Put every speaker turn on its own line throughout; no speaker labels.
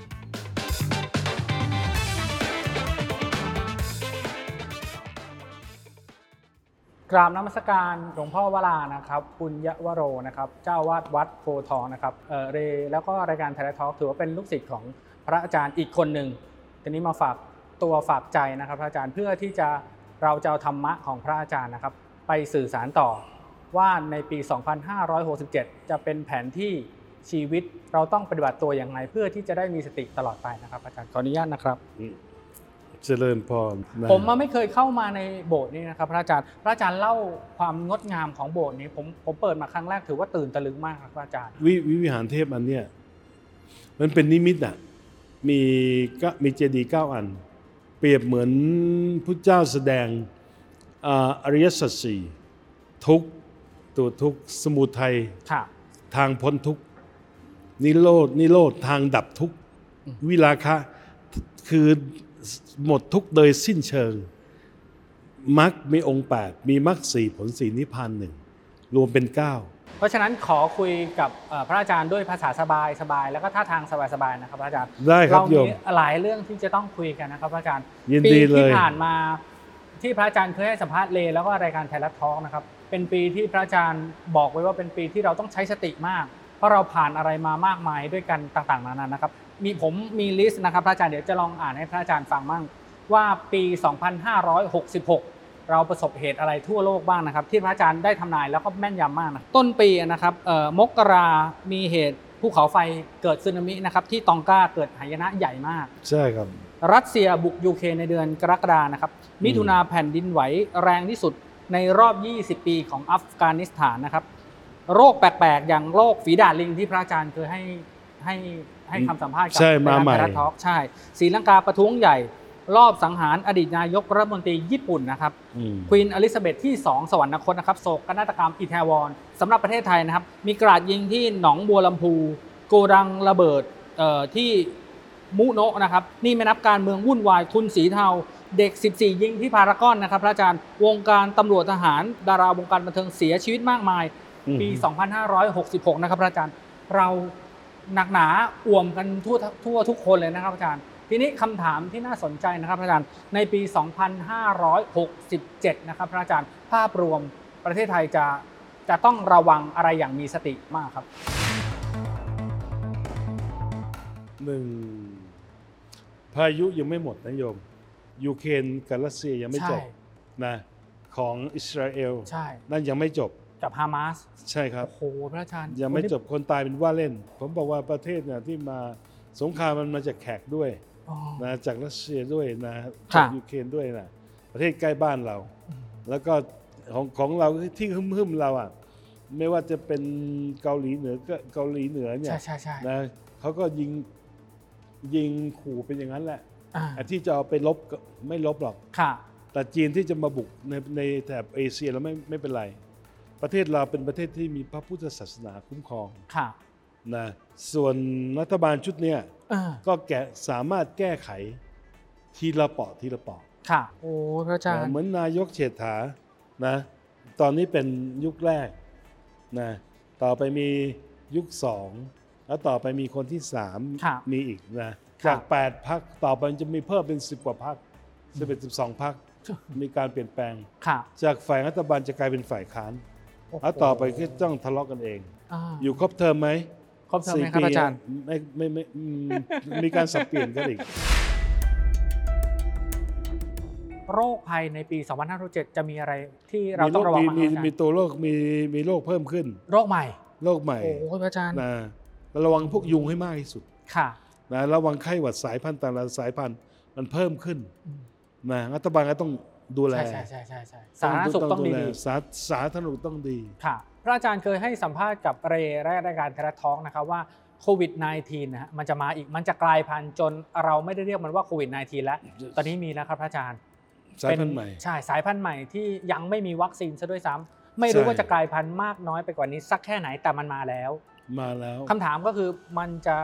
กราบนมัสการหลวงพ่อวรานะครับปุญญวโรนะครับ เจ้าวาดวัดโพธิ์ทองนะครับเออเรแล้วก็รายการไทยรัฐทอล์กถือว่าเป็นลูกศิษย์ของพระอาจารย์อีกคนหนึ่งทีนี้มาฝากตัวฝากใจนะครับ พระอาจารย์เพื่อที่จะเราจะเอาธรรมะของพระอาจารย์นะครับ ไปสื่อสารต่อว่าในปี 2567 จะเป็นแผนที่ชีวิตเราต้องปฏิบัติตัวอย่างไรเพื่อที่จะได้มีสติตลอดไปนะครับ อาจารย์ขออนุญาตนะครับ
เจริญพรนะ
ผมมาไม่เคยเข้ามาในโบสถ์นี่นะครับพระอาจารย์ พระอาจารย์เล่าความงดงามของโบสถ์นี้ผมผมเปิดมาครั้งแรกถือว่าตื่นตะลึงมากครับพระอาจารย์
วิวิวิหารเทพอันเนี้ยมันเป็นนิมิตอ่ะมีก็มีเจดีย์เก้าอัน เปรียบเหมือนพุทธเจ้าแสดงอ่าอริยสัจสี่ทุกข์ตัวทุกข์สมุทัย
ค่ะ
ทางพ้นทุกข์นิโรธนิโรธทางดับทุกข์วิราคะคือหมดทุกข์โดยสิ้นเชิงมรรคมีองค์แปดมีมรรคสี่ผลสี่นิพพานหนึ่งรวมเป็นเก้า
เพราะฉะนั้นขอคุยกับเอ่อพระอาจารย์ด้วยภาษาสบายสบายแล้วก็ท่าทางสบายสบายนะครับพระอาจารย์
ได้ครับ
เรา
โย
มี
ม
หลายเรื่องที่จะต้องคุยกันนะครับพระอาจารย์
ยิน
ปี
ดีเล
ที่
ย
ผ่านมาที่พระอาจารย์เคยให้สัมภาษณ์เลแล้วก็รายการไทยรัฐทอล์กนะครับเป็นปีที่พระอาจารย์บอกไว้ว่าเป็นปีที่เราต้องใช้สติมาก เพราะเราผ่านอะไรมามากมายด้วยกันต่างๆนานานะครับ มีผมมีลิสต์นะครับพระอาจารย์เดี๋ยวจะลองอ่านให้พระอาจารย์ฟังบ้างว่าปี 2566 เราประสบเหตุอะไรทั่วโลกบ้างนะครับ ที่พระอาจารย์ได้ทำนายแล้วก็แม่นยำมากนะต้นปีนะครับเอ่อมกรามีเหตุภูเขาไฟเกิดสึนามินะครับที่ตองกาเกิดหายนะใหญ่มาก
ใช่ครับ
รัสเซียบุกยูเครนในเดือนกรกฎานะครับ มิถุนาแผ่นดินไหวแรงที่สุดในรอบ 20 ปีของอัฟกานิสถานนะครับ โรคแปลกๆ อย่างโรคฝีดาดลิงที่พระอาจารย์เคยให้ให้ให้คำสัมภาษณ์กั
ใช่
รายการ
มาใหม่
ไทยรัฐทอล์กใช่ศรีลังกาประท้วงใหญ่ รอบสังหารอดีตนายกรัฐมนตรีญี่ปุ่นนะครับ
อืม
ควีนอลิซาเบธที่ 2 สวรรคตนะครับโศกนาฏกรรมอิตาวอนสำหรับประเทศไทยนะครับ มีกราดยิงที่หนองบัวลำพูโกดังระเบิดเอ่อที่มุโนะนะครับ นี่ไม่นับการเมืองวุ่นวายทุนสีเทา เด็ก 14 ยิงที่พารากอนนะครับ พระอาจารย์วงการตำรวจทหาร ดาราวงการบันเทิงเสียชีวิตมากมาย ปี
อืม
2566 นะครับพระอาจารย์เราหนักหนาอ่วมกันทั่วทั่วทุกคนเลยนะครับอาจารย์ ทีนี้คำถามที่น่าสนใจนะครับอาจารย์ในปี 2567 นะครับพระอาจารย์ภาพรวมประเทศไทยจะจะต้องระวังอะไรอย่างมีสติมากครับ
หนึ่งพายุยังไม่หมดนะโยมยูเครนกับรัสเซียยังไม่จบนะของอิสราเอล
ใช่
นั่นยังไม่จบ
กับฮามาส
ใช่ครับ
โอ้โหพระอาจารย์
ยังไม่จบคนตายเป็นว่าเล่น ผมบอกว่าประเทศเนี่ยที่มาสงครามมันมาจากแขกด้วย
อ๋อ
นะจากรัสเซียด้วยนะ
ค่ะ
จากยูเครนด้วยนะประเทศใกล้บ้านเรา แล้วก็ของของเราที่ฮึ่มๆเราอ่ะไม่ว่าจะเป็นเกาหลีเหนือก็เกาหลีเหนือเนี่ย
ใช่ใช่ใช่
นะเขาก็ยิงยิงขู่เป็นอย่างนั้นแหละ
อ่า
ไอ้ที่จะเอาไปลบก็ไม่ลบหรอก
ค่ะ
แต่จีนที่จะมาบุกในในแถบเอเชียแล้วไม่ไม่เป็นไร ประเทศเราเป็นประเทศที่มีพระพุทธศาสนาคุ้มครอง
ค่ะ
นะส่วนรัฐบาลชุดเนี้ย
เออ
ก็แกะสามารถแก้ไขทีละเปาะทีละเปาะ
ค่ะ โอ้พระอาจาร
นะ
ย์
เหมือนนายกเฉษฐานะตอนนี้เป็นยุคแรกนะต่อไปมียุคสองแล้วต่อไปมีคนที่สาม
ค่ะ
มีอีกนะ
ค่ะ
จาก 8พักต่อไปจะมีเพิ่มเป็น 10 กว่าพักจะเป็น12พัก
จ้ะ
มีการเปลี่ยนแปลง
ค่ะ
จากฝ่ายรัฐบาลจะกลายเป็นฝ่ายค้าน
โโห
แล้วต่อไปก็ต้องทะเลาะกันเอง
อ่า
อยู่ครบเทอมไหม
ครบเทอมไหม
สี่
ครับ
ปี
อาจารย์
ไม่ไม่ไม่อืมมีการสับเปลี่ยนกันอีก
โรคภัยในปี 2507 จะมีอะไรที่ เราต้องระวัง
มี
บ้างค
มี
รับอาจาร
มี
ย์
ตัวโรคมีมีโรคเพิ่มขึ้น
โรคใหม่
โรคใหม่
โอ้โหพระอาจารย์
นะระวังพวกยุงให้มากที่สุด
ค่ะ
นะระวังไข้หวัดสายพันธุ์แต่ละสายพันธุ์มันเพิ่มขึ้น
อืม
นะรัฐบาลก็ต้องดูแล
ใช่ใช่ใช่ใช่ใช่สาธารณสุขต้อง
ดู
ดี
แลสาสาธารณสุขต้องดี
ๆค่ะ พระอาจารย์เคยให้สัมภาษณ์กับเรย์และรายการไทยรัฐทอล์กนะครับว่าโควิด -19 นะฮะมันจะมาอีกมันจะกลายพันธุ์จนเราไม่ได้เรียกมันว่าโควิด -19 แล้ว ตอนนี้มีแล้วครับพระอาจารย์
สายพันธุ์ใหม่
เป็ใช่สายพันธุ์ใหม่ที่ยังไม่มีวัคซีนซะด้วยซ้ำ ไม่รู้
ใช่
ว่าจะกลายพันธุ์มากน้อยไปกว่านี้สักแค่ไหนแต่มันมาแล้ว
มาแล้ว
คำถามก็คือมันจะ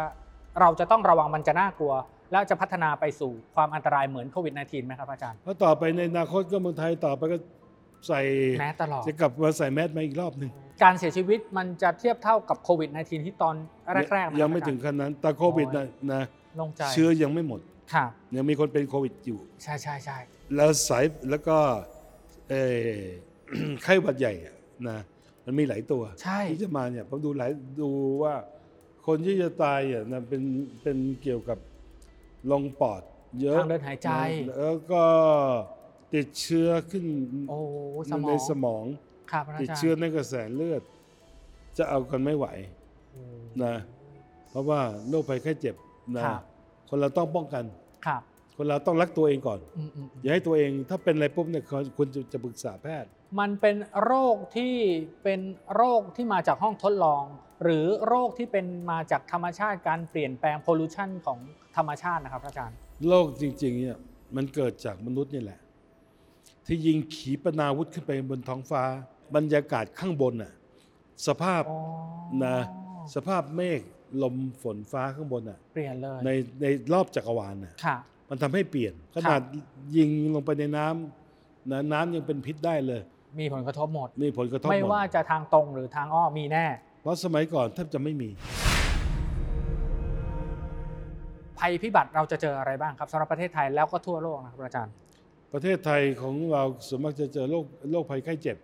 เราจะต้องระวังมันจะน่ากลัว แล้วจะพัฒนาไปสู่ความอันตรายเหมือนโควิด -19 ไหมครับอาจารย์
แล้วต่อไปในอนาคตก็เมืองไทยต่อไปก็ใส่
แม้ตลอด
จะกลับมาใส่แมสมาอีกรอบหนึ่ง
การเสียชีวิตมันจะเทียบเท่ากับโควิด -19 ที่ตอนแรกๆห
ยังไม่ถึง
อาจาร
ขนาดนั้นแต่โควิด
โอ้ย
นะนะ
ลงใจ
เชื้อยังไม่หมด
ค่ะ
ยังมีคนเป็นโควิดอยู่
ใช่ใช่ใช่
แล้วสายแล้วก็เอ่อ ไข้หวัดใหญ่อะนะมันมีหลายตัว
ใช่
ที่จะมาเนี่ยผมดูหลายดูว่าคนที่จะตายอ่ะนะเป็นเป็นเกี่ยวกับลงปอด เยอะ
ทางเดินหายใจ
นะแล้วก็ติดเชื้อขึ้น
โอ้สมอ
ใน
ง
สมอง
ครับอาจารย์
ติดเชื้อในกระแสเลือด จะเอากันไม่ไหว
โอ้
นะเพราะว่าโรคภัยไข้เจ็บนะครับ คนเราต้องป้องกัน
ครับ
คนเราต้องรักตัวเองก่อน
อืมอืมอืม
อย่าให้ตัวเองถ้าเป็นอะไรปุ๊บเนี่ยควรควรจะจะปรึกษาแพทย์
มันเป็นโรคที่เป็นโรคที่มาจากห้องทดลอง หรือโรคที่เป็นมาจากธรรมชาติการเปลี่ยนแปลง pollution ของธรรมชาตินะครับอาจารย์
โลกจริงๆเนี่ยมันเกิดจากมนุษย์นี่แหละ ที่ยิงขีปนาวุธขึ้นไปบนท้องฟ้า บรรยากาศข้างบนน่ะสภาพ
อ๋อ
นะสภาพเมฆลมฝนฟ้าข้างบนน่ะ
เปลี่ยนเลย
ในในรอบจักรวาลน่ะ
ค่ะ
มันทำให้เปลี่ยน ขนาดยิงลงไปในน้ำนะน้ำยังเป็นพิษได้เลย
มีผลกระทบหมด
มีผลกระทบ
ไม่
หมด
ว่าจะทางตรงหรือทางอ้อมมีแน่
เพราะสมัยก่อนแทบจะไม่มี
ภัยพิบัติเราจะเจออะไรบ้างครับสำหรับประเทศไทยแล้วก็ทั่วโลกนะครับอาจารย์
ประเทศไทยของเราส่วนมากจะเจอโรคโรคภัยไข้เจ็บ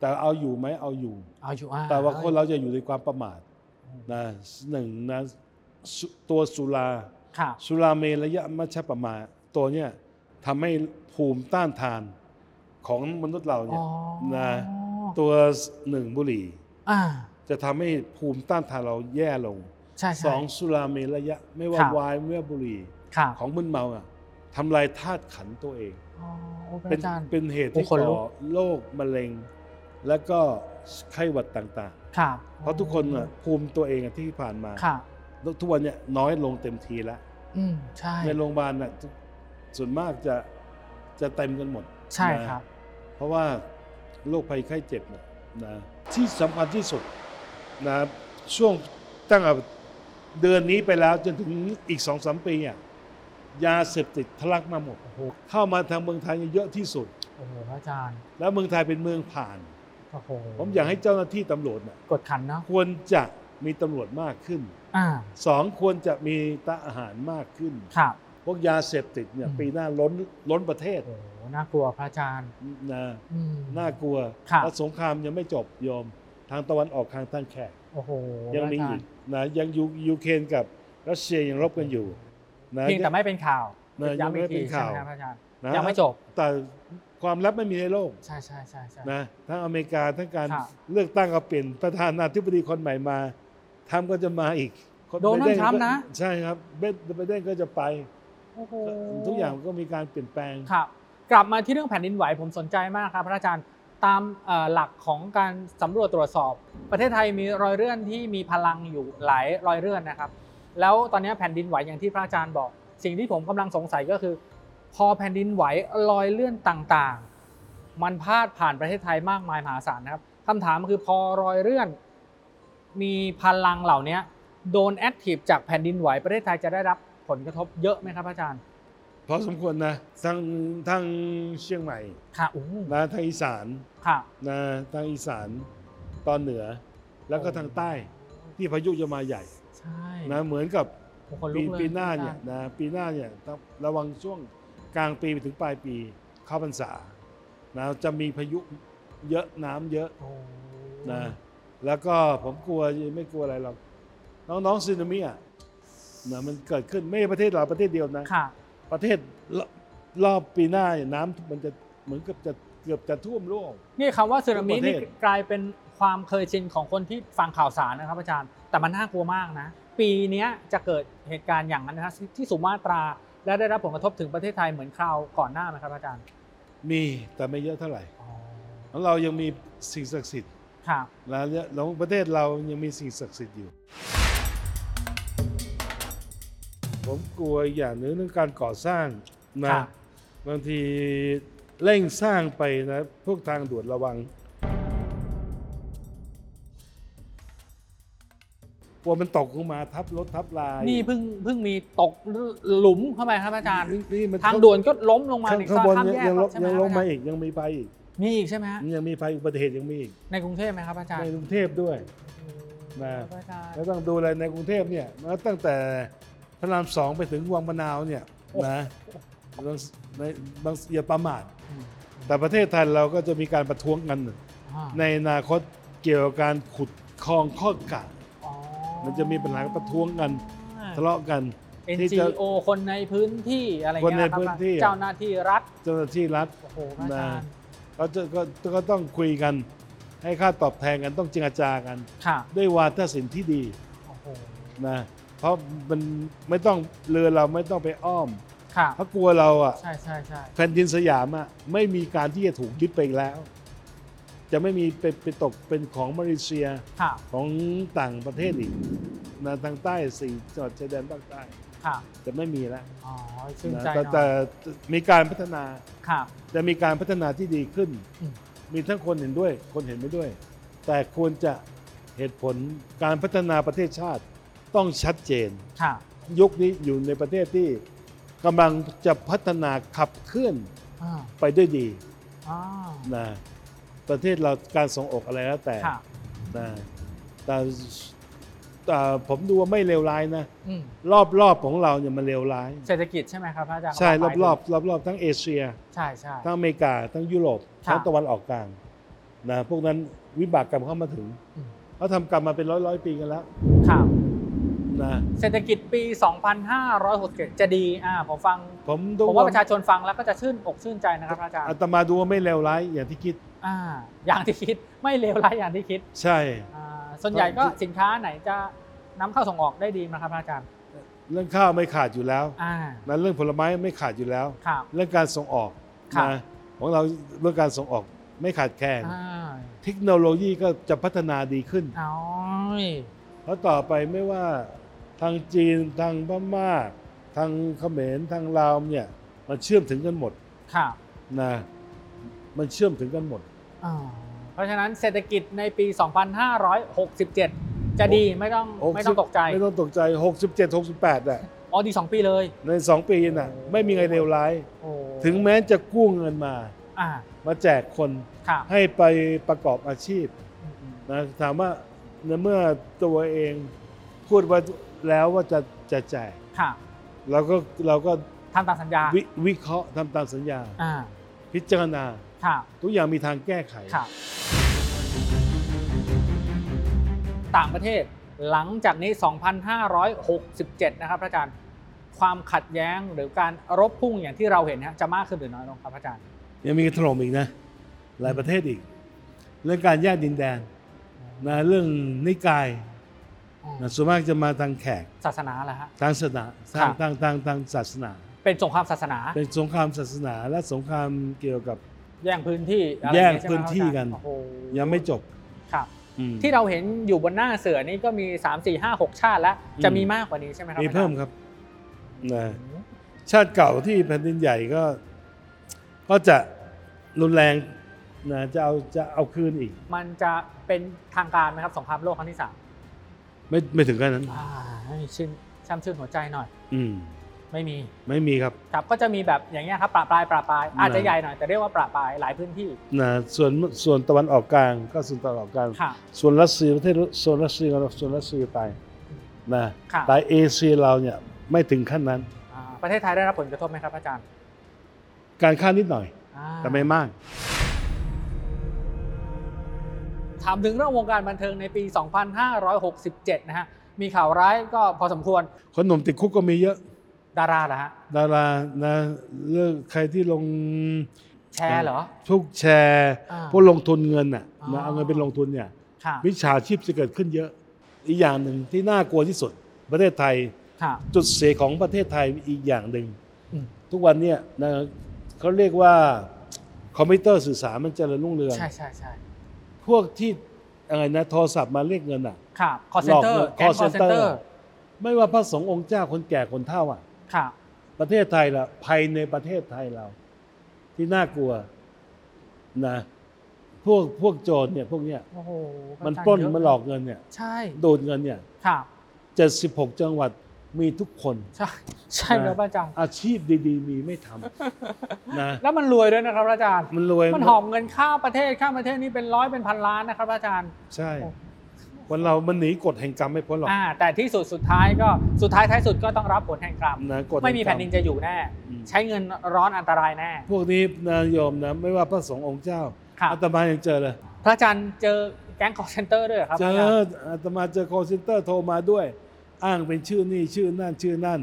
แต่เอาอยู่ไหมเอาอยู่
เอาอยู่อ่า
แต่ว่าคนเราจะอยู่ในความประมาทนะหนึ่งนะสุตัวสุรา
ค่ะ
สุราเมรยะมัชฌประมาทตัวเนี่ยทำให้ภูมิต้านทานของมนุษย์เรา
อ๋
เนี่ย
อ
นะตัวหนึ่งบุหรี่
อ่า
จะทำให้ภูมิต้านทานเราแย่ลง
ใช่ใช่
สองสุราเมรยะ ไม่ว่า
ครับ
วายไม่ว่าบุหรี่
ค่ะ
ของมึนเมาอะทำลายธาตุขันธ์ตัวเอง
อ๋อโอ้พระ
เป็น
อาจารย์
เป็นเหตุ
โอ้
ที่
ขนลุก
ก่อโรคมะเร็ง และก็ไข้หวัดต่าง ๆ
ค่ะ
เพราะทุกคนน่ะภูมิตัวเองอะที่ผ่านมา
ค่ะ
ทุกวันเนี่ยน้อยลงเต็มทีแล้ว
อืมใช่
ในโรงพยาบาลน่ะทุกส่วนมากจะจะเต็มกันหมด
ใช่
นะครับ เพราะว่าโรคภัยไข้เจ็บน่ะนะที่สำคัญที่สุดนะช่วงตั้งแต่เดือนนี้ไปแล้วจนถึงอีกสองสามปีอ่ะยาเสพติดทะลักมาหมด
โอ้โห
เข้ามาทางเมืองไทยเยอะที่สุด
โอ้โหพระอาจารย์
แล้วเมืองไทยเป็นเมืองผ่าน
โอ้โห
ผมอยากให้เจ้าหน้าที่ตำรวจน่ะ
กดขันเนาะ
ควรจะมีตำรวจมากขึ้น
อ่า
สองควรจะมีตาอาหารมากขึ้น
ค่ะ
พวกยาเสพติดเนี่ย
อืม
ปีหน้าล้นล้นประเทศ
โอ้โหน่ากลัวพระอาจารย์
นะ
อืม
น่ากลัว
ค่ะ
และสงครามยังไม่จบโยม ทางตะวันออกทางตั้งแขก
โอ้โห
ยังมี
พระอาจา
อี
ร
ก
ย์
นะยังยูยูเครนกับรัสเซียยังรบกันอยู่นะ
เพียงแต่ไม่เป็นข่าว
เออยังไม่เป็นข่าว
ย้ำอีกทีใช่ไหมครับพระอาจารย์
นะ
ยังไม่จบ
แต่ความลับไม่มีในโลก
ใช่ใช่ใช่ใช่
นะทั้งอเมริกาทั้งการ
ค่ะ
เลือกตั้งก็เปลี่ยนประธานาธิบดีคนใหม่มาทำก็จะมาอีกค
โดนัล
ไบเ
ด์ทรัมป์
ก็
นะ
ใช่ครับเบนไบเดนก็จะไป
โอ้โห
ทุกอย่างก็มีการเปลี่ยนแปลง
ครับ กลับมาที่เรื่องแผ่นดินไหวผมสนใจมากครับ พระอาจารย์ตามเอ่อหลักของการสำรวจตรวจสอบ ประเทศไทยมีรอยเลื่อนที่มีพลังอยู่หลายรอยเลื่อนนะครับ แล้วตอนนี้แผ่นดินไหวอย่างที่พระอาจารย์บอก สิ่งที่ผมกำลังสงสัยก็คือ พอแผ่นดินไหวรอยเลื่อนต่างๆ มันพาดผ่านประเทศไทยมากมายมหาศาลนะครับคำถามคือพอรอยเลื่อน มีพลังเหล่านี้โดนแอคทีฟจากแผ่นดินไหวประเทศไทยจะได้รับผลกระทบเยอะไหมครับอาจารย์
พอสมควรนะทางทางเชียงใหม่
ค่ะโอ้โห
นะทางอีสาน
ค่ะ
นะทางอีสานตอนเหนือ แล้วก็ทางใต้ที่พายุจะมาใหญ่
ใช่
นะเหมือนกับ
โอ้โหคนลุ
ปี
กเลย
ปีหน้าเนี่ยนะปีหน้าเนี่ยต้องระวังช่วงกลางปีไปถึงปลายปีเข้าพรรษานะจะมีพายุเยอะน้ำเยอะ
โอ้โห
นะแล้วก็ผมกลัวไม่กลัวอะไรหรอกน้องๆซึนามิอ่ะนะมันเกิดขึ้นไม่ใช่ประเทศเราประเทศเดียวนะ
ค่ะ
ประเทศรอบรอบปีหน้าเนี่ยน้ำมันจะเหมือนกับจะเกือบจะท่วมโลก
นี่คำว่าสึนามิ
ทั่วประเท
นี่
ศ
กลายเป็นความเคยชินของคนที่ฟังข่าวสารนะครับอาจารย์ แต่มันน่ากลัวมากนะ ปีเนี้ยจะเกิดเหตุการณ์อย่างนั้นนะครับที่สุมาตราและได้รับผลกระทบถึงประเทศไทยเหมือนคราวก่อนหน้าไหมครับอาจารย์
มีแต่ไม่เยอะเท่าไหร่
อ๋อ
ของเรายังมีสิ่งศักดิ์สิทธิ์
ค่ะ
แล้วเนี่ยแล้วประเทศเรายังมีสิ่งศักดิ์สิทธิ์อยู่ ผมกลัวอีกอย่างหนึ่งเรื่องการก่อสร้างนะ
ค่ะ
บางทีเร่งสร้างไปนะพวกทางด่วนระวัง ลัวมันตกลงมาทับรถทับลาย
นี่เพิ่งเพิ่งมีตกหลุมเข้าไปครับอาจารย์
นี่มัน
ทางด่วนก็ล้มลงมา
ข้าง
ใน
ข้างบน
ข้าม
ยัง
แยก
ยังลง
ใช่ไห
ยังลง
ค
มา
รับ
อีกยังมีไปอีก
มีอีกใช่ไหมฮะ
ยังมีไปอุบัติเหตุยังมีอีก
ในกรุงเทพไหมครับอาจาร
ใน
ย์
กรุงเทพด้วย มา
ครับอาจารย์
แล้วต้องดูอะไรในกรุงเทพเนี่ยมาตั้งแต่พระรามสองไปถึงวังมะนาวเนี่ยนะบางในบางอย่าประมาท
อืม
แต่ประเทศไทยเราก็จะมีการประท้วงกัน
อ่า
ในอนาคตเกี่ยวกับการขุดคลองข้อกะ
อ๋อ
มันจะมีปัญหาประท้วงกันทะเลาะกัน ที่จะ
NGO คนในพื้นที่อะไรเงี้ย
คนใน
รับ
พื้นที่
เจ้าหน้าที่รัฐ
เจ้าหน้าที่รัฐ
โอ้โหพระอาจารย์
ก็จะก็ก็ต้องคุยกัน ให้ค่าตอบแทนกันต้องเจรจากัน
ค่ะ
ด้วยวาทศิลป์ที่ดี
โอ้โห
นะเพราะมันไม่ต้องเรือเราไม่ต้องไปอ้อม
ค่ะ
เพราะกลัวเราอ่ะ
ใช่ใช่ใช่
แผ่นดินสยามอ่ะไม่มีการที่จะถูกยึดไปอีกแล้ว จะไม่มีไปไปตกเป็นของมาเลเซีย
ค่ะ
ของต่างประเทศอีกนะทางใต้สี่จังหวัดชายแดนภาคใต้
ค่ะ
จะไม่มีแล้ว
อ๋อชื่น
นะ
ใจ
แต่
หน่
แต่
อย
มีการพัฒนา
ค่ะ
จะมีการพัฒนาที่ดีขึ้น
อืม
มีทั้งคนเห็นด้วย คนเห็นไม่ด้วย แต่ควรจะเหตุผลการพัฒนาประเทศชาติต้องชัดเจน
ค่ะ
ยุคนี้อยู่ในประเทศที่กำลังจะพัฒนาขับเคลื่อน
อ่า
ไปด้วยดี
อ๋อ
นะประเทศเราการส่งออกอะไรแล้วแต่
ค่ะ
นะแต่แต่ผมดูว่าไม่เลวร้ายนะ
อืม
รอบรอบๆของเราเนี่ยมันเลวร้าย
เศรษฐกิจใช่ไหมครับพระอาจารย์
ใช่
ขอ
รอบ
ไป
รอบรอบรอบๆทั้งเอเชีย
ใช่ใช่
ทั้งอเมริกาทั้งยุโรป
ค่ะ
ทั้งตะวันออกกลางนะพวกนั้นวิบากกรรมเข้ามาถึง
อืม
เขาทำกรรมมาเป็นร้อยร้อยๆปีกันแล้ว
ค่ะ
นะ
เศรษฐกิจปี 2567 จะดีอ่าผมฟัง
ผมดู
ผมว่าประชาชนฟังแล้วก็จะชื่นอกชื่นใจนะครับพระอาจารย์
อาตมาดูว่าไม่เลวร้ายอย่างที่คิด
อ่าอย่างที่คิดไม่เลวร้ายอย่างที่คิด
ใช่
อ่าส่วนใหญ่ก็สินค้าไหนจะนำเข้าส่งออกได้ดีไหมครับอาจารย์
เรื่องข้าวไม่ขาดอยู่แล้ว
อ่า
นะเรื่องผลไม้ไม่ขาดอยู่แล้ว
ครับ
เรื่องการส่งออก
ค่ะ
นะของเราเรื่องการส่งออกไม่ขาดแคลน
อ่า
เทคโนโลยีก็จะพัฒนาดีขึ้น
เอาย
เพราะต่อไปไม่ว่าทางจีนทางพม่าทางเขมรทางลาวเนี่ยมันเชื่อมถึงกันหมด
ครับ
นะมันเชื่อมถึงกันหมด
อ่าเพราะฉะนั้นเศรษฐกิจในปี 2567 จะดีไม่ต้อง
โอ้
ไม่ต้องตกใจ
ไม่ต้องตกใจ 67 68อ่ะ
อ๋อดี 2 ปีเลย
ใน 2 ปีน่ะไม่มีใครเลวร้าย
โอ้
ถึงแม้จะกู้เงินมา
อ่า
มาแจกคน
ครับ
ให้ไปประกอบอาชีพ
อืมอืม
นะถามว่าในเมื่อตัวเองพูดไว่าแล้วว่าจะจะแจก
ครับ
เราก็เราก็
ทำตามสัญญาว
วิเคราะห์ทำตามสัญญา
อ่า
พิจารณา
ครับ
ทุกอย่างมีทางแก้ไข
ครับต่างประเทศหลังจากนี้ 2,567 นะครับอาจารย์ ความขัดแย้งหรือการรบพุ่งอย่างที่เราเห็นนะจะมากขึ้นหรือน้อยลงครับอาจารย์
ยังมีกระถล่มอีกนะ หลายประเทศอีก เรื่องการแยกดินแดนนะเรื่องนิกาย นะส่วนมากจะมาทางแขก
ศาสนาเหรอฮะ
ทางศาสนา
ครั
ทาง
บ
ทางทางทางศาสนา
เป็นสงครามศาสนา
เป็นสงครามศาสนาและสงครามเกี่ยวกับ
แย่งพื้นที่อะไร
แย่
อา
ง
งเงี้ใช่ไหม
พื้นที่กัน
โอ้โห
ยังไม่จบ
ครับ
อืม
ที่เราเห็นอยู่บนหน้าเสือนี่ก็มี 3 4 5 6 ชาติแล้ว
อืม
จะมีมากกว่านี้ใช่ไหมครับ
มีเพิ่มครับนะ
อาจารย์อืม
ชาติเก่าที่แผ่นดินใหญ่ก็ ก็จะรุนแรงนะจะเอาจะเอาคืนอีก
มันจะเป็นทางการไหมครับสงครามโลกครั้งที่สาม
ไม่ไม่ถึงขนาดนั้น
อ่าให้ชื่นช้ำชื่นหัวใจหน่อย
อืม
ไม่มี
ไม่มีครับ
ครับ ก็จะมีแบบอย่างเงี้ยครับ ปราปลายปราปลาย อาจจะ
นะ
ใหญ่หน่อย แต่เรียกว่าปราปลายหลายพื้นที่
นะส่วนส่วนตะวันออกกลางก็ส่วนตะวันออกกลาง
ค่ะ
ส่วนรัสเซียประเทศส่วนรัสเซียกับส่วนรัสเซียไปนะ
ค่ะ
แต่เอเชียเราเนี่ยไม่ถึงขั้นนั้น
อ่าประเทศไทยได้รับผลกระทบไหมครับอาจารย์
การค่านิดหน่อย
อ่า
แต่ไม่มาก
ถามถึงเรื่องวงการบันเทิงในปี 2567 นะฮะ มีข่าวร้ายก็พอสมควร
คนหนุ่มติดคุกก็มีเยอะ
ดาราเหรอฮะ
ดารานะเรื่องใครที่ลง
แชร์เหรอ
ทุกแชร์
อ่า
พวกลงทุนเงินน่ะ
อ๋อ
นะเอาเงินไปลงทุนเนี่ย
ค่ะ
วิชาชีพจะเกิดขึ้นเยอะ อีกอย่างหนึ่งที่น่ากลัวที่สุด ประเทศไทย
ค่ะ
จุดเสียของประเทศไทยอีกอย่างหนึ่ง
อืม
ทุกวันเนี่ยนะเขาเรียกว่าคอมพิวเตอร์สื่อสารมันเจริญรุ่งเรือง
ใช่ใช่ใช่
พวกที่อะไรนะโทรศัพท์มาเรียกเงินอ่ะ
ค่ะ คอเซ
หล
น
อก
เตอร์
เงิน
แก๊งคอเซนเตอร์
ไม่ว่าพระสงฆ์องค์เจ้าคนแก่คนเฒ่าอ่ะ
ค่ะ
ประเทศไทยละภายในประเทศไทยเรา ที่น่ากลัวนะพวกพวกโจรเนี่ยพวกเนี้ย
โอ้โห
มันปล้น
เยอะ
มันหลอกเงินเนี่ย
ใช่
ดูดเงินเนี่ย
ค่ะ
76 จังหวัดมีทุกคน
ใช่ ใช่ครับพระอาจารย์
อาชีพดี ๆ มีไม่ท ำนะ
แล้วมันรวยด้วยนะครับพระอาจารย์
มันรวย
มันหอบเงินข้ามประเทศข้ามประเทศนี่เป็นร้อยเป็นพันล้านนะครับพระอาจารย์
ใช่คนเรามันหนีกฎแห่งกรรมไม่พ้นหรอก
อ่า แต่ที่สุดสุดท้ายก็สุดท้ายท้ายสุดก็ต้องรับผลแห่งกรรม
นะกฎ
ไม่มี
ห่
แผ่น
งกรร
ดินจะอยู่แน่
อืม
ใช้เงินร้อนอันตรายแน่
พวกนี้นะโยมนะไม่ว่าพระสงฆ์องค์เจ้า
ครับ
อาตมายังเจอเลย
พระอาจารย์เจอแก๊ง call center ด้วยหรครับพ
เจ
ระ
อ
อาจารย์
อาตมาเจอคอเซ็นเตอร์โทรมาด้วย อ้างเป็นชื่อนี่ชื่อนั่นชื่อนั่น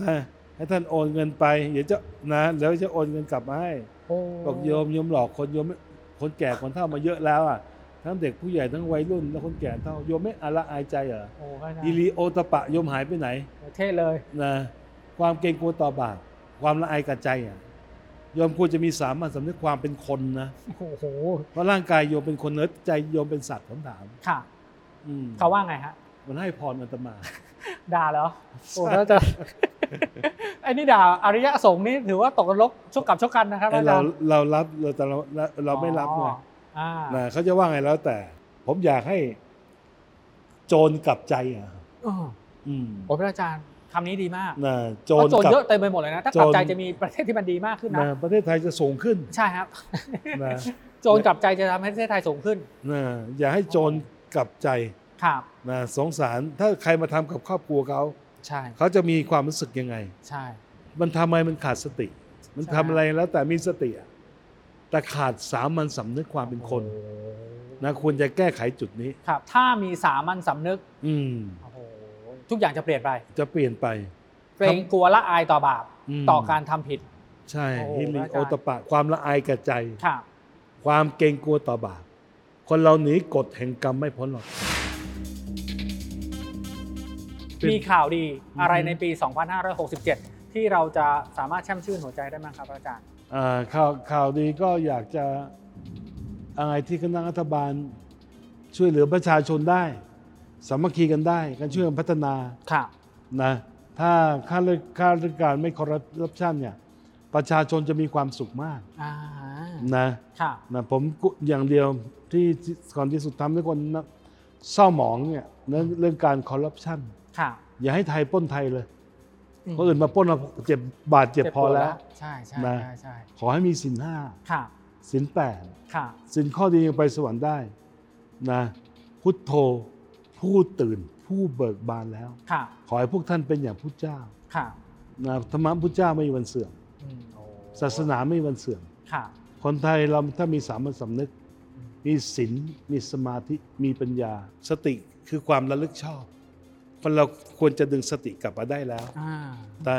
นะให้ท่านโอนเงินไปเดี๋ยวจะนะแล้วจะโอนเงินกลับมาให้
โอ้
บอกโยมโยมหลอกคนโยมไม่คนแก่คนเฒ่ามาเยอะแล้วอ่ะทั้งเด็กผู้ใหญ่ทั้งวัยรุ่นและคนแก่เฒ่าโยมไม่อะละอายใจเหรอ
โอ้พระอาจาร
อิ
ย์
ริโอตปะโยมหายไปไหน
เท่เลย
นะความเกรงกลัวต่อบาปความละอายกับใจอ่ะโยมควรจะมีสามัญสำนึกความเป็นคนนะ
โอ้โห
เพราะร่างกายโยมเป็นคนเนื้อใจโยมเป็นสัตว์ผมถาม
ค่ะ
อืม
เขาว่าไงฮะ
มันให้พรอาตมา
ด่าเหรอโอ้พระอาจารย์ ไอ้นี่ด่าอริยะสงฆ์นี่ถือว่าตกนรกชกกับชกกันนะครับพ
ไอ้
ระอา
เรา
จารย์
เรารับเราแต่เราเราเราไม่รับไง
อ๋ออ่า
นะเขาจะว่าไงแล้วแต่ ผมอยากให้โจรกลับใจอ่ะ
เออ
อืม
โอ้พระอาจารย์คำนี้ดีมาก
นะโจ
เพ
ร
ราะโจร
กลับ
เยอะเต็มไปหมดเลยนะ ถ้า
โจ
ก
ร
ลับใจจะมีประเทศที่มันดีมากขึ้นนะ
นะประเทศไทยจะสูงขึ้น
ใช่ครับ
นะ
โจรกลับใจจะทำให้ประเทศไทยสูงขึ้น
นะอย่าให้โจรกลับใจ
ครับ
นะสงสารถ้าใครมาทำกับครอบครัวเขา
ใช่
เขาจะมีความรู้สึกยังไง
ใช่
มันทำอะไรมันขาดสติ มัน
ใช่
ทำอะไรแล้วแต่มีสติอะแต่ขาดสามัญสำนึกความเป็นคนนะควรจะแก้ไขจุดนี้
ครับ ถ้ามีสามัญสำนึก
อืม
โอ้โห ทุกอย่างจะเปลี่ยนไป
จะเปลี่ยนไป
เกรงกลัวละอายต่อบาป
อืม
ต่อการทำผิด
ใช่
โอ้โห
ฮิริ
พระอาจารย์
โอตปะ ความละอายแก่ใจ
ครับ
ความเกรงกลัวต่อบาปคนเราหนีกฎแห่งกรรมไม่พ้นหรอก เป็น
มีข่าวดี
อืม
อะไรในปี 2567 ที่เราจะสามารถแช่มชื่นหัวใจได้บ้างครับอาจารย์
อ่าข่าวข่าวดีก็อยากจะอะไรที่คณะรัฐบาล ช่วยเหลือประชาชนได้ สามัคคีกันได้การช่วยกันพัฒนา
ครับ
นะถ้าข้าราชข้าราชการไม่คอรัปชันเนี่ยประชาชนจะมีความสุขมาก
อ่า
นะครับ นะผมกุอย่างเดียวที่ที่ก่อนที่สุดทำให้คนนะเศร้าหมองเนี่ยเรื่องเรื่องการคอรัปชัน
ครับ
อย่าให้ไทยปล้นไทยเลย
อืม
คนอื่นมาปล้นเราเจ็บบาดเจ็บพอ
ปด
แล้ว
ใช่ใช่
นะ
ใช่ใช่
ขอให้มีสินห้า
ครับ
สินแปด
ครับ
สินข้อดียังไปสวรรค์ได้นะพุทโธผู้ตื่น ผู้เบิกบานแล้ว
ครับ
ขอให้พวกท่านเป็นอย่างพุทธเจ้า
ครับ
นะธรรมะพุทธเจ้าไม่มีวันเสื่อม
อืมโอ้
ศาสนาไม่มีวันเสื่อม
ครับ
คนไทยเราถ้ามีสามัญสำนึก มีศีลมีสมาธิมีปัญญา สติคือความระลึกชอบคนเราควรจะดึงสติกลับมาได้แล้ว
อ่า
แต่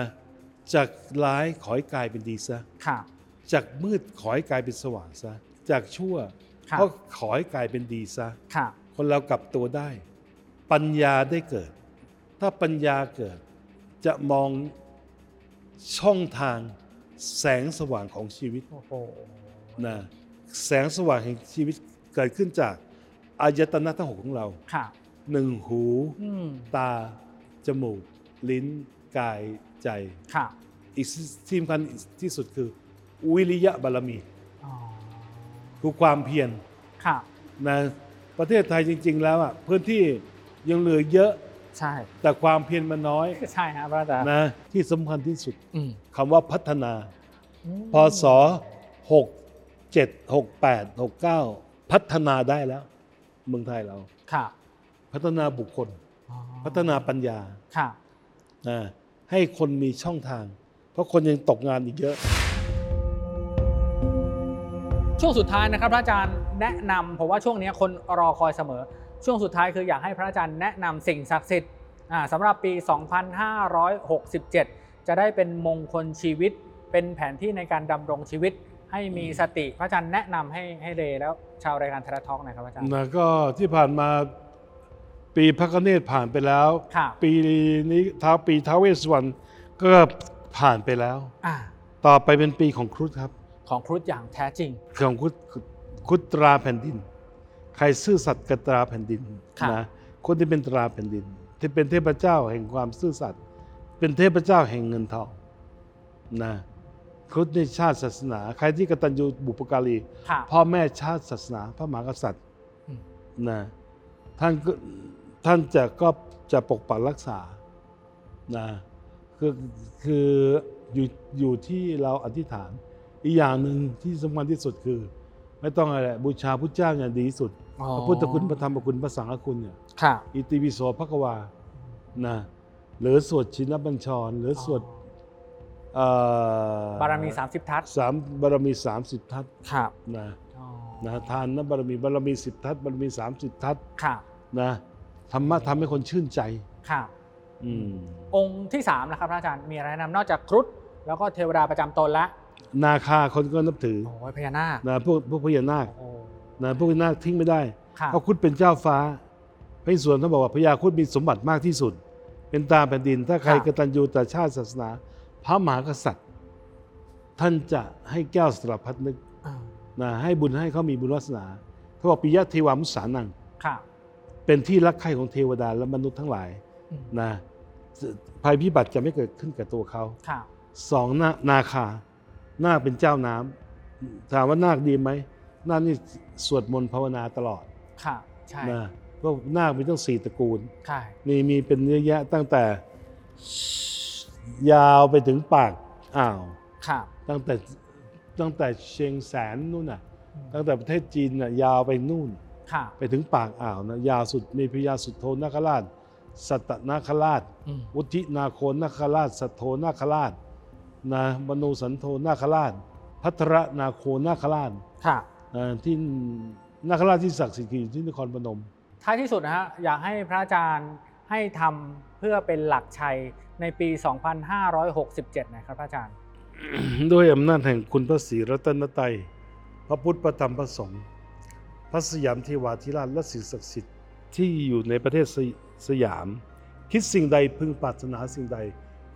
จากร้ายขอให้กลายเป็นดีซะ
ครับ
จากมืดขอให้กลายเป็นสว่างซะ จากชั่ว
ครับ
ก็ขอให้กลายเป็นดีซะ
ครับ
คนเรากลับตัวได้ ปัญญาได้เกิด ถ้าปัญญาเกิดจะมองช่องทางแสงสว่างของชีวิต
โอ้โห
นะแสงสว่างแห่งชีวิตเกิดขึ้นจากอายตนะทั้งหกของเรา
ครับ
หนึ่งหู
อืม
ตา จมูก ลิ้น กายใจ
ครับ
อีกที่สำคัญที่สุดคือ วิริยะบารมี
อ๋อ
คือความเพียร
ครับ
นะประเทศไทยจริง ๆ แล้วอ่ะพื้นที่ยังเหลือเยอะ
ใช่
แต่ความเพียรมันน้อย
ใช่ครับพระอาจารย์
นะที่สำคัญที่สุด
อืม
คำว่าพัฒนา พศ 6 7 6 8 6 9 พัฒนาได้แล้ว เมืองไทยเรา
ครับ
พัฒนาบุคคล
อ๋อ
พัฒนาปัญญา
ครับ
นะให้คนมีช่องทาง เพราะคนยังตกงานอีกเยอะ
ช่วงสุดท้ายนะครับพระอาจารย์แนะนำผมว่าช่วงนี้คนรอคอยเสมอ ช่วงสุดท้ายคืออยากให้พระอาจารย์แนะนำสิ่งศักดิ์สิทธิ์อ่าสำหรับปี 2567 จะได้เป็นมงคลชีวิต เป็นแผนที่ในการดำรงชีวิต ให้มีสติพระอาจารย์แนะนำให้ให้เลแล้วชาวรายการทรทอกหน่อยครับพระอาจารย์
นะก็ที่ผ่านมาปีพระกเนตรผ่านไปแล้ว
ครับ
ปีนี้ท้าวปีท้าวเวสสวรรณก็ผ่านไปแล้ว
อ่า
ต่อไปเป็นปีของครุฑครับ
ของครุฑอย่างแท้จริง
ของครุฑครุฑตราแผ่นดิน ใครซื่อสัตย์กับตราแผ่นดิน
ค่ะ
นะคนที่เป็นตราแผ่นดิน ที่เป็นเทพเจ้าแห่งความซื่อสัตย์เป็นเทพเจ้าแห่งเงินทองนะครุฑในชาติศาสนา ใครที่กตัญญูบุปการี
ครับ
พ่อแม่ชาติศาสนาพระมหากษัตริย์
อืม
นะท่านก็ท่านจะก็ จะปกปักรักษานะคือคืออยู่อยู่ที่เราอธิษฐาน อีกอย่างหนึ่งที่สำคัญที่สุดคือ ไม่ต้องอะไรบูชาพระเจ้าอย่างดีที่สุดพระพุทธคุณพระธรรมคุณพระสังฆคุณเนี่ย
ค่ะ
อิติปิโสพระกวานะหรือสวดชินบัญชร หรือสวดเอ่อบ
ารมี 30 ทัศ
สามบารมีสามสิบทัศน์
ครับ
นะนะทานนะบารมีบารมีสิบทัศน์บารมีสามสิบทัศน์
ค่ะ
นะธรรมะทำให้คนชื่นใจ
ค่ะ
อืม
องค์ที่3นะครับพระอาจารย์มีอะไรแนะนำนอกจากครุฑแล้วก็เทวดาประจำตนละ
นาคาคนก็นับถือ
โอ้ยพญานาค
นะพวกพวกพญานาค
โอ้โห
นะพวกพญานาคทิ้งไม่ได้
ค่ะ
เพราะครุดเป็นเจ้าฟ้าพระอิศวรท่านบอกว่าพญาครุดมีสมบัติมากที่สุด เป็นตาแผ่นดิน ถ้าใครกตัญญูต่อชาติศาสนา พระมหากษัตริย์ ท่านจะให้แก้วสารพัดนึก
อ่า
นะให้บุญให้เขามีบุญวาสนาเขาบอกปิยะเทวามุสานัง
ค่ะ
เป็นที่รักใคร่ของเทวดาและมนุษย์ทั้งหลาย
อืม
นะภัยพิบัติจะไม่เกิดขึ้นกับตัวเขา
ค่ะ
สองนานาคานาคเป็นเจ้าน้ำถามว่านาคดีไหมนาคนี่สวดมนต์ภาวนาตลอด
ค่ะใช่
นะเพราะนาคมีตั้งสี่ตระกูล
ใช่
นี่มีเป็นเยอะแยะตั้งแต่ ยาวไปถึงปากอ่าว
ค่ะ
ตั้งแต่ตั้งแต่เชียงแสนนู่นน่ะ
อืม
ตั้งแต่ประเทศจีนน่ะยาวไปนู่น
ค่ะ
ไปถึงปากอ่าวนะยาวสุดมีพญาสุดโทนาคราช สัตตนาคราช
อืม
อุทินาโคนนาคราช สัตโทนาคราชนะมโนสันโทนาคราช พัทรนาโคนาคราช
ค่ะ
เอ่อที่นาคราชที่ศักดิ์สิทธิ์อยู่ที่นครพนม
ท้ายที่สุดนะฮะอยากให้พระอาจารย์ให้ทำเพื่อเป็นหลักชัยในปี 2567 นะครับพระอาจารย์
ด้วยอำนาจแห่งคุณพระศรีรัตนตรัยพระพุทธพระธรรมพระสงฆ์พระสยามเทวาธิราชและสิ่งศักดิ์สิทธิ์ที่อยู่ในประเทศสยสยาม คิดสิ่งใดพึงปรารถนาสิ่งใด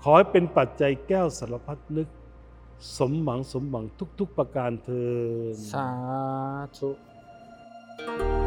ขอให้เป็นปัจจัยแก้วสารพัดนึก สมหวังสมหวังทุกๆประการเทอญ
สาธุ